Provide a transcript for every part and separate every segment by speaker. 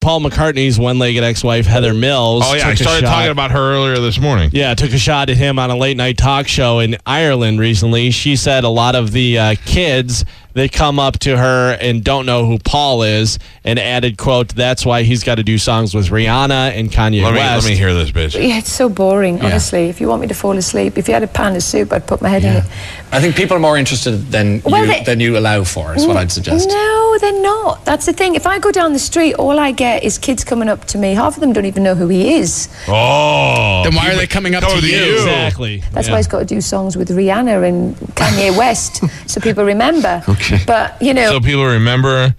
Speaker 1: Paul McCartney's one-legged ex-wife Heather Mills.
Speaker 2: Oh yeah, I
Speaker 1: took a
Speaker 2: started
Speaker 1: shot-
Speaker 2: talking about her earlier this morning.
Speaker 1: Yeah, took a shot at him on a late night talk show in Ireland recently. She said a lot of the uh, kids that come up to her and don't know who Paul is, and added, "quote That's why he's got to do songs with Rihanna and Kanye
Speaker 2: Let me
Speaker 1: West."
Speaker 2: let me hear this, bitch.
Speaker 3: Yeah, it's so boring, honestly. If you want me to fall asleep, if you had a pan of soup, I'd put my head in it.
Speaker 4: I think people are more interested than
Speaker 3: Well,
Speaker 4: you,
Speaker 3: they-
Speaker 4: than you allow for. Is what I'd suggest.
Speaker 3: No, they're not. That's the thing. If I go down the street, all I get is kids coming up to me. Half of them don't even know who he is.
Speaker 2: Oh,
Speaker 4: Then why are they coming up
Speaker 2: Over
Speaker 4: to you?
Speaker 1: Exactly.
Speaker 3: That's
Speaker 1: Yeah.
Speaker 3: why he's got to do songs with Rihanna and Kanye West so people remember.
Speaker 4: Okay.
Speaker 3: But, you know,
Speaker 2: So people remember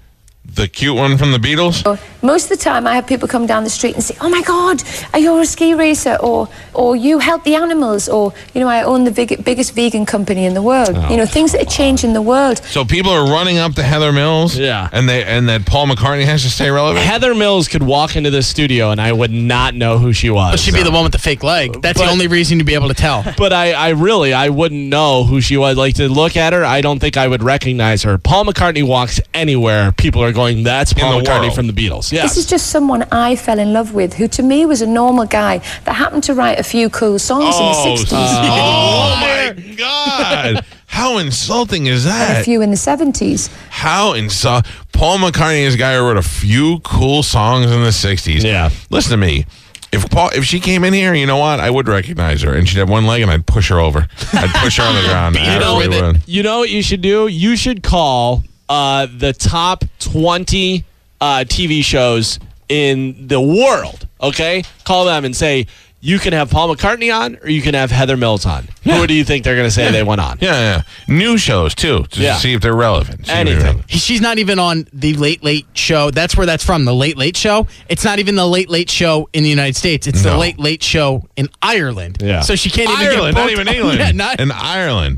Speaker 2: the cute one from the Beatles.
Speaker 3: Oh. most of the time I have people come down the street and say, oh my God, are you a ski racer? Or, or you help the animals? Or, you know, I own the big, biggest vegan company in the world. you know, things that are changing the world.
Speaker 2: So people are running up to Heather Mills.
Speaker 1: Yeah.
Speaker 2: and they and that Paul McCartney has to stay relevant.
Speaker 1: Heather Mills could walk into this studio and I would not know who she was.
Speaker 5: She'd be the one with the fake leg. That's the only reason to be able to tell.
Speaker 1: but I, I really I wouldn't know who she was. Like to look at her, I don't think I would recognize her. Paul McCartney walks anywhere, people are going, "That's Paul
Speaker 2: the
Speaker 1: McCartney
Speaker 2: world.
Speaker 1: from the Beatles." Yes.
Speaker 3: This is just someone I fell in love with who to me was a normal guy that happened to write a few cool songs in the 60s.
Speaker 2: oh my God! How insulting is
Speaker 3: and A
Speaker 2: that?
Speaker 3: few in the 70s.
Speaker 2: How insult? Paul McCartney is a guy who wrote a few cool songs in the '60s.
Speaker 1: Yeah.
Speaker 2: listen to me. If Paul, if she came in here, you know what? I would recognize her, and she'd have one leg, and I'd push her over. I'd push her on the ground. I
Speaker 5: her
Speaker 2: really
Speaker 5: with it.
Speaker 2: would.
Speaker 1: you know what you should do? You should call uh, the top 20 uh, TV shows in the world, okay? Call them and say, you can have Paul McCartney on or you can have Heather Mills on. Who do you think they're going to say they want on?
Speaker 2: Yeah, yeah. New shows too, to
Speaker 1: Yeah.
Speaker 2: see if they're relevant. See if they're
Speaker 1: Anything.
Speaker 2: relevant.
Speaker 5: She's not even on the Late Late Show. That's where that's from. The Late Late Show. It's not even the Late Late Show in the United States. It's the
Speaker 2: No.
Speaker 5: Late Late Show in Ireland.
Speaker 1: Yeah.
Speaker 5: So she can't even
Speaker 2: Ireland,
Speaker 5: get
Speaker 2: not
Speaker 5: booked
Speaker 2: even
Speaker 5: on-
Speaker 2: England.
Speaker 5: Yeah, not-
Speaker 2: in Ireland.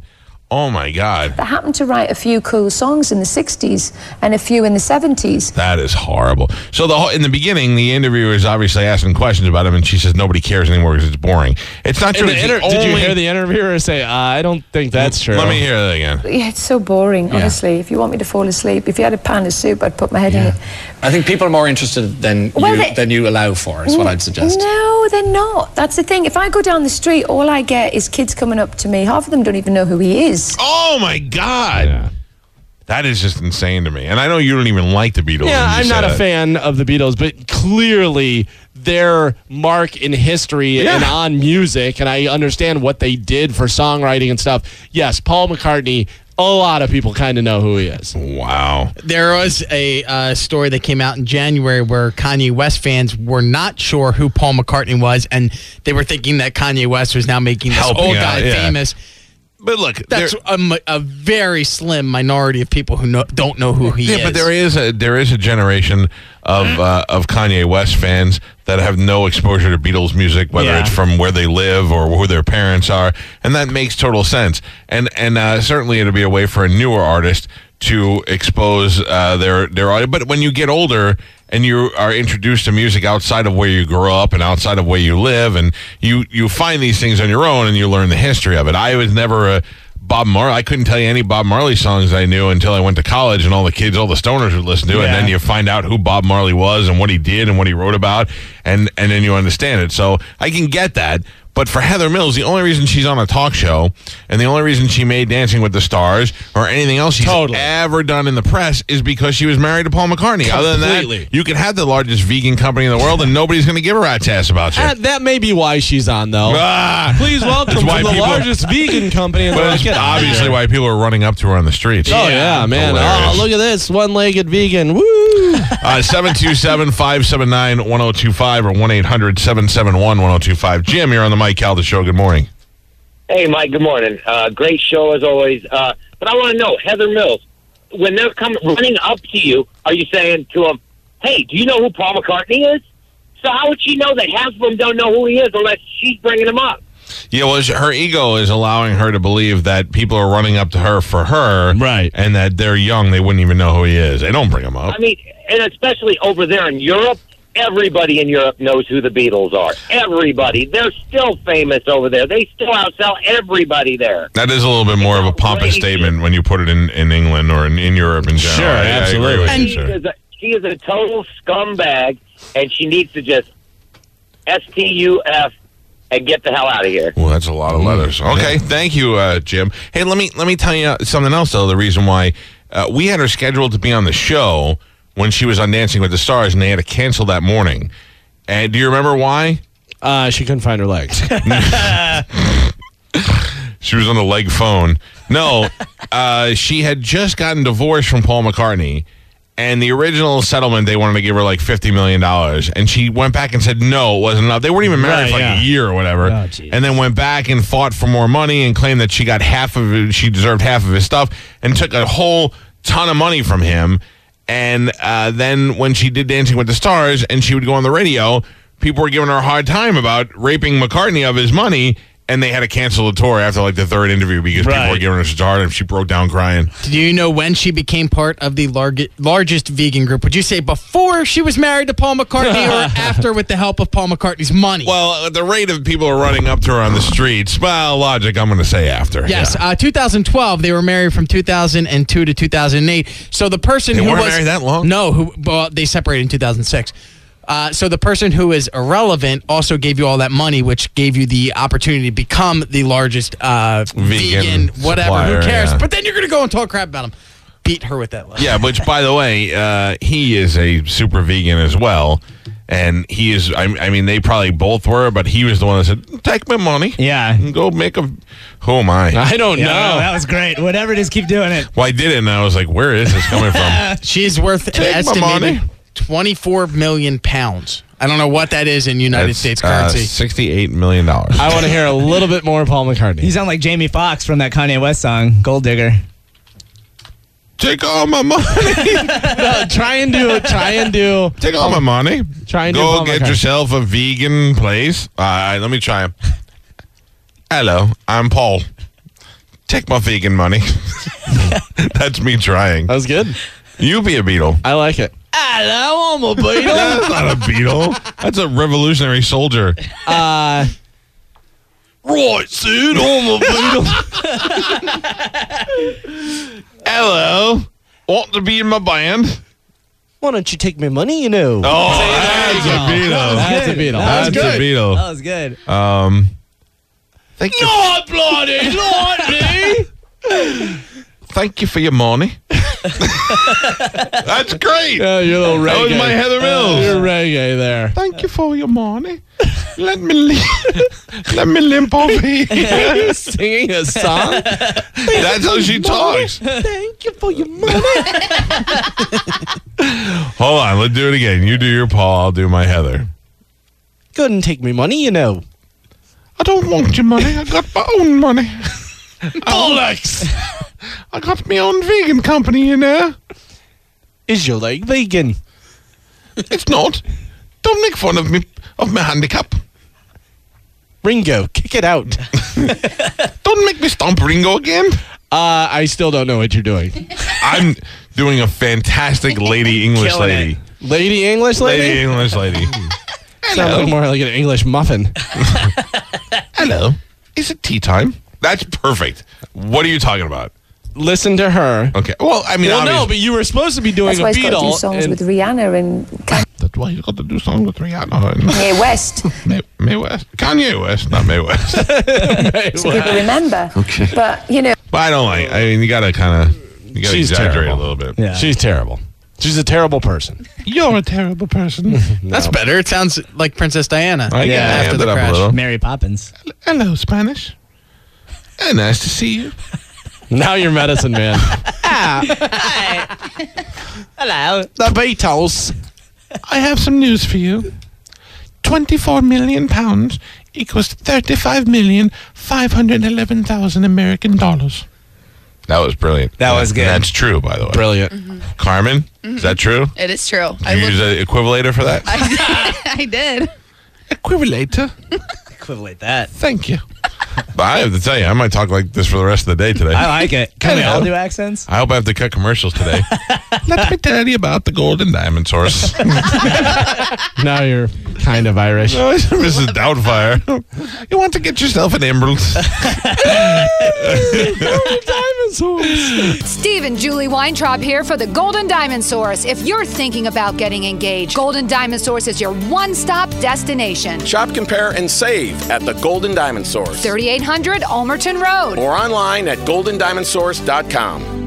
Speaker 2: Oh my God,
Speaker 3: That happened to write a few cool songs in the 60s and a few in the 70s.
Speaker 2: that is horrible. So the whole, in the beginning, the interviewer is obviously asking questions about him, and she says nobody cares anymore because it's boring. It's not
Speaker 1: In
Speaker 2: true.
Speaker 1: the
Speaker 2: It's
Speaker 1: inter-
Speaker 2: the
Speaker 1: did you
Speaker 2: only-
Speaker 1: hear the interviewer say, uh, I don't think that's true?
Speaker 2: Let me hear that again.
Speaker 3: Yeah, it's so boring, honestly. If you want me to fall asleep, if you had a pan of soup, I'd put my head in it.
Speaker 4: I think people are more interested than
Speaker 3: Well,
Speaker 4: you,
Speaker 3: they-
Speaker 4: than you allow for. Is what I'd suggest.
Speaker 3: No, they're not. That's the thing. If I go down the street, all I get is kids coming up to me. Half of them don't even know who he is.
Speaker 2: Oh my God, that is just insane to me. And I know you don't even like the Beatles.
Speaker 1: Yeah,
Speaker 2: when you
Speaker 1: I'm
Speaker 2: say
Speaker 1: not a
Speaker 2: that.
Speaker 1: fan of the Beatles, but clearly their mark in history
Speaker 2: Yeah.
Speaker 1: and on music, and I understand what they did for songwriting and stuff. Yes, Paul McCartney, a lot of people kind of know who he is.
Speaker 2: Wow.
Speaker 5: There was a uh, story that came out in January where Kanye West fans were not sure who Paul McCartney was, and they were thinking that Kanye West was now making this
Speaker 2: Helping
Speaker 5: old
Speaker 2: out,
Speaker 5: guy
Speaker 2: yeah.
Speaker 5: famous.
Speaker 2: But look,
Speaker 5: That's
Speaker 2: there-
Speaker 5: a, mi- a very slim minority of people who know, don't know who he
Speaker 2: yeah,
Speaker 5: is.
Speaker 2: but there is a there is a generation of uh, of Kanye West fans that have no exposure to Beatles music, whether
Speaker 1: Yeah.
Speaker 2: it's from where they live or who their parents are, and that makes total sense. And and uh, certainly it'll be a way for a newer artist to expose uh, their their audience. But when you get older and you are introduced to music outside of where you grew up and outside of where you live, and you you find these things on your own and you learn the history of it. I was never a Bob Marley. I couldn't tell you any Bob Marley songs I knew until I went to college and all the kids, all the stoners would listen to, it. and
Speaker 1: Yeah.
Speaker 2: then you find out who Bob Marley was and what he did and what he wrote about, and and then you understand it. So I can get that. But for Heather Mills, the only reason she's on a talk show and the only reason she made Dancing with the Stars or anything else she's
Speaker 1: Totally.
Speaker 2: ever done in the press is because she was married to Paul McCartney. Other than
Speaker 1: Completely.
Speaker 2: that, you could have the largest vegan company in the world and nobody's going to give a rat's ass about you.
Speaker 1: Uh, that may be why she's on, though.
Speaker 2: Ah!
Speaker 1: Please welcome
Speaker 2: That's
Speaker 1: from
Speaker 2: why
Speaker 1: the
Speaker 2: people-
Speaker 1: largest vegan company in the
Speaker 2: But
Speaker 1: world.
Speaker 2: that's
Speaker 1: Get out of
Speaker 2: obviously
Speaker 1: here.
Speaker 2: why people are running up to her on the streets.
Speaker 1: Oh, yeah, man.
Speaker 2: Hilarious.
Speaker 1: Oh, look at this one legged vegan. Woo!
Speaker 2: Uh, 727-579-1025 or 1-800-771-1025. Jim, you're on the Mike Calda Show. Good morning.
Speaker 6: Hey, Mike. Good morning. Uh, great show as always. Uh, but I want to know, Heather Mills, when they're coming running up to you, are you saying to them, "Hey, do you know who Paul McCartney is?" So how would she know that half of them don't know who he is unless she's bringing him up?
Speaker 2: Yeah, well, her ego is allowing her to believe that people are running up to her for her.
Speaker 1: Right.
Speaker 2: And that they're young. They wouldn't even know who he is. They don't bring him up.
Speaker 6: I mean, and especially over there in Europe, everybody in Europe knows who the Beatles are. Everybody. They're still famous over there. They still outsell everybody there.
Speaker 2: that is a little bit more of a pompous
Speaker 6: Crazy.
Speaker 2: statement when you put it in, in England or in, in Europe in general.
Speaker 1: Sure,
Speaker 2: I- I agree
Speaker 1: absolutely.
Speaker 2: with you,
Speaker 5: And-
Speaker 2: sure.
Speaker 6: She is a, she is a total scumbag, and she needs to just S T U F and get the hell out of here.
Speaker 2: Well, that's a lot of letters. Okay, thank you, uh, Jim. Hey, let me let me tell you something else though. The reason why uh, we had her scheduled to be on the show when she was on Dancing with the Stars, and they had to cancel that morning. And do you remember why?
Speaker 1: Uh, she couldn't find her legs.
Speaker 2: She was on the leg phone. No, uh, she had just gotten divorced from Paul McCartney, and the original settlement they wanted to give her like fifty million dollars, and she went back and said no, it wasn't enough. They weren't even married
Speaker 1: Right,
Speaker 2: for like
Speaker 1: yeah.
Speaker 2: a year or whatever,
Speaker 1: Oh, geez.
Speaker 2: and then went back and fought for more money and claimed that she got half of it, she deserved half of his stuff, and took a whole ton of money from him. And uh, then when she did Dancing with the Stars, and she would go on the radio, people were giving her a hard time about raping McCartney of his money. And they had to cancel the tour after like the third interview because
Speaker 1: Right.
Speaker 2: people were giving her such a hard time. She broke down crying.
Speaker 5: Do you know when she became part of the larg- largest vegan group? Would you say before she was married to Paul McCartney or after with the help of Paul McCartney's money?
Speaker 2: Well, at the rate of people are running up to her on the streets, well, logic, I'm going to say after.
Speaker 5: Yes,
Speaker 2: Yeah.
Speaker 5: uh, 2012. They were married from 2002 to 2008. So the person
Speaker 2: They
Speaker 5: who
Speaker 2: weren't
Speaker 5: was
Speaker 2: married that long?
Speaker 5: No, who well, they separated in 2006. Uh, so the person who is irrelevant also gave you all that money, which gave you the opportunity to become the largest uh,
Speaker 2: Vegan
Speaker 5: vegan, whatever.
Speaker 2: supplier,
Speaker 5: who cares?
Speaker 2: yeah.
Speaker 5: But then you're gonna go and talk crap about him. Beat her with that. List.
Speaker 2: Yeah, which, by the way, uh, he is a super vegan as well. And he is, I, I mean, they probably both were, but he was the one that said, take my money.
Speaker 7: Yeah.
Speaker 2: And go make a. Who am I?
Speaker 1: I don't
Speaker 7: Yeah,
Speaker 1: know.
Speaker 7: that was great. Whatever it is, keep doing it.
Speaker 2: Well, I did it, and I was like, where is this coming from?
Speaker 5: She's worth an
Speaker 2: my money.
Speaker 5: estimated 24 million pounds. I don't know what that is in United
Speaker 2: That's,
Speaker 5: States
Speaker 2: uh,
Speaker 5: currency.
Speaker 2: $68 million.
Speaker 1: I want to hear a little bit more Paul McCartney.
Speaker 7: You sound like Jamie Foxx from that Kanye West song, Gold Digger.
Speaker 2: Take all my money.
Speaker 1: No, try and do it. Try and do.
Speaker 2: Take all my money.
Speaker 1: Try and do
Speaker 2: go
Speaker 1: Paul
Speaker 2: get
Speaker 1: McCartney.
Speaker 2: yourself a vegan place. All right, let me try 'em. Hello, I'm Paul. Take my vegan money. That's me trying.
Speaker 1: That was good.
Speaker 2: You be a beetle.
Speaker 1: I like it. Hello, I'm a beetle.
Speaker 2: That's not a beetle. That's a revolutionary soldier.
Speaker 1: Uh,
Speaker 2: Right, dude. I'm a beetle. Hello. Want to be in my band?
Speaker 1: why don't you take my money? You know.
Speaker 2: Oh, that's a beetle.
Speaker 1: That's a beetle.
Speaker 7: That was
Speaker 2: That's a
Speaker 7: good.
Speaker 2: beetle.
Speaker 7: That was good.
Speaker 2: Um, thank you.
Speaker 1: Not bloody, not me.
Speaker 2: Thank you for your money. That's great.
Speaker 1: Yeah, you're a little reggae.
Speaker 2: that was my Heather
Speaker 7: Uh,
Speaker 2: Mills.
Speaker 1: You're reggae there.
Speaker 2: Thank you for your money. Let me li- let me limp over here.
Speaker 1: Singing a song.
Speaker 2: That's how she talks.
Speaker 1: Thank you for your money.
Speaker 2: Hold on, let's do it again. You do your Paul, I'll do my Heather.
Speaker 1: Couldn't take me money, you know.
Speaker 2: I don't want your money. I got my own money. Bollocks! I got my own vegan company, you know.
Speaker 1: Is your leg vegan?
Speaker 2: It's not. Don't make fun of me of my handicap.
Speaker 1: Ringo, kick it out.
Speaker 2: Don't make me stomp Ringo again.
Speaker 1: Uh, I still don't know what you're doing.
Speaker 2: I'm doing a fantastic lady English
Speaker 7: Killing it.
Speaker 2: lady.
Speaker 1: Lady English lady?
Speaker 2: Lady English lady.
Speaker 1: Sounds like more like an English muffin.
Speaker 2: Hello. Is it tea time? That's perfect. What are you talking about?
Speaker 1: Listen to her.
Speaker 2: Okay. Well, I mean,
Speaker 1: Well,
Speaker 2: obvious-
Speaker 1: no, but you were supposed to be doing
Speaker 3: That's why
Speaker 1: a
Speaker 3: he's got to do
Speaker 1: Beatle.
Speaker 3: songs
Speaker 1: and-
Speaker 3: with Rihanna and
Speaker 2: that's why you got to do songs with Rihanna and
Speaker 3: Kanye West.
Speaker 2: May, May West, Kanye West, not May West.
Speaker 3: so people remember. Okay. But you know,
Speaker 2: but I don't like. I mean, you gotta kind of, you gotta
Speaker 1: She's
Speaker 2: exaggerate
Speaker 1: terrible.
Speaker 2: a little bit.
Speaker 7: Yeah.
Speaker 1: She's terrible. She's a terrible person.
Speaker 2: You're a terrible person.
Speaker 5: That's better. It sounds like Princess Diana.
Speaker 2: uh, I yeah, I
Speaker 5: after
Speaker 2: ended
Speaker 5: the
Speaker 2: up
Speaker 5: crash.
Speaker 2: a little.
Speaker 7: Mary Poppins.
Speaker 2: Hello, Spanish. Eh, nice to see you.
Speaker 1: Now you're medicine man.
Speaker 7: Hello.
Speaker 1: the Beatles.
Speaker 2: I have some news for you. Twenty-four million pounds equals thirty-five million five hundred eleven thousand American dollars. That was brilliant.
Speaker 7: That was
Speaker 2: And
Speaker 7: good.
Speaker 2: That's true, by the way.
Speaker 1: Brilliant.
Speaker 2: Carmen, is that true?
Speaker 8: Mm-hmm. It is true. I
Speaker 2: You
Speaker 8: looked,
Speaker 2: use an equivalator for that?
Speaker 8: I did.
Speaker 2: Equivalator?
Speaker 7: Equivalent that.
Speaker 2: Thank you. but I have to tell you, I might talk like this for the rest of the day today.
Speaker 7: I
Speaker 2: I,
Speaker 7: like it. Can we
Speaker 2: Hello.
Speaker 7: all do accents?
Speaker 2: hope I have to cut commercials today. Let me tell you about the golden diamond source.
Speaker 1: Now you're kind of Irish.
Speaker 2: Mrs. Doubtfire. You want to get yourself an emerald?
Speaker 8: Steve and Julie Weintraub here for the Golden Diamond Source. If you're thinking about getting engaged, Golden Diamond Source is your one stop destination.
Speaker 1: Shop, compare, and save at the Golden Diamond Source
Speaker 8: 3800 Almerton Road.
Speaker 1: or online at goldendiamondsource.com.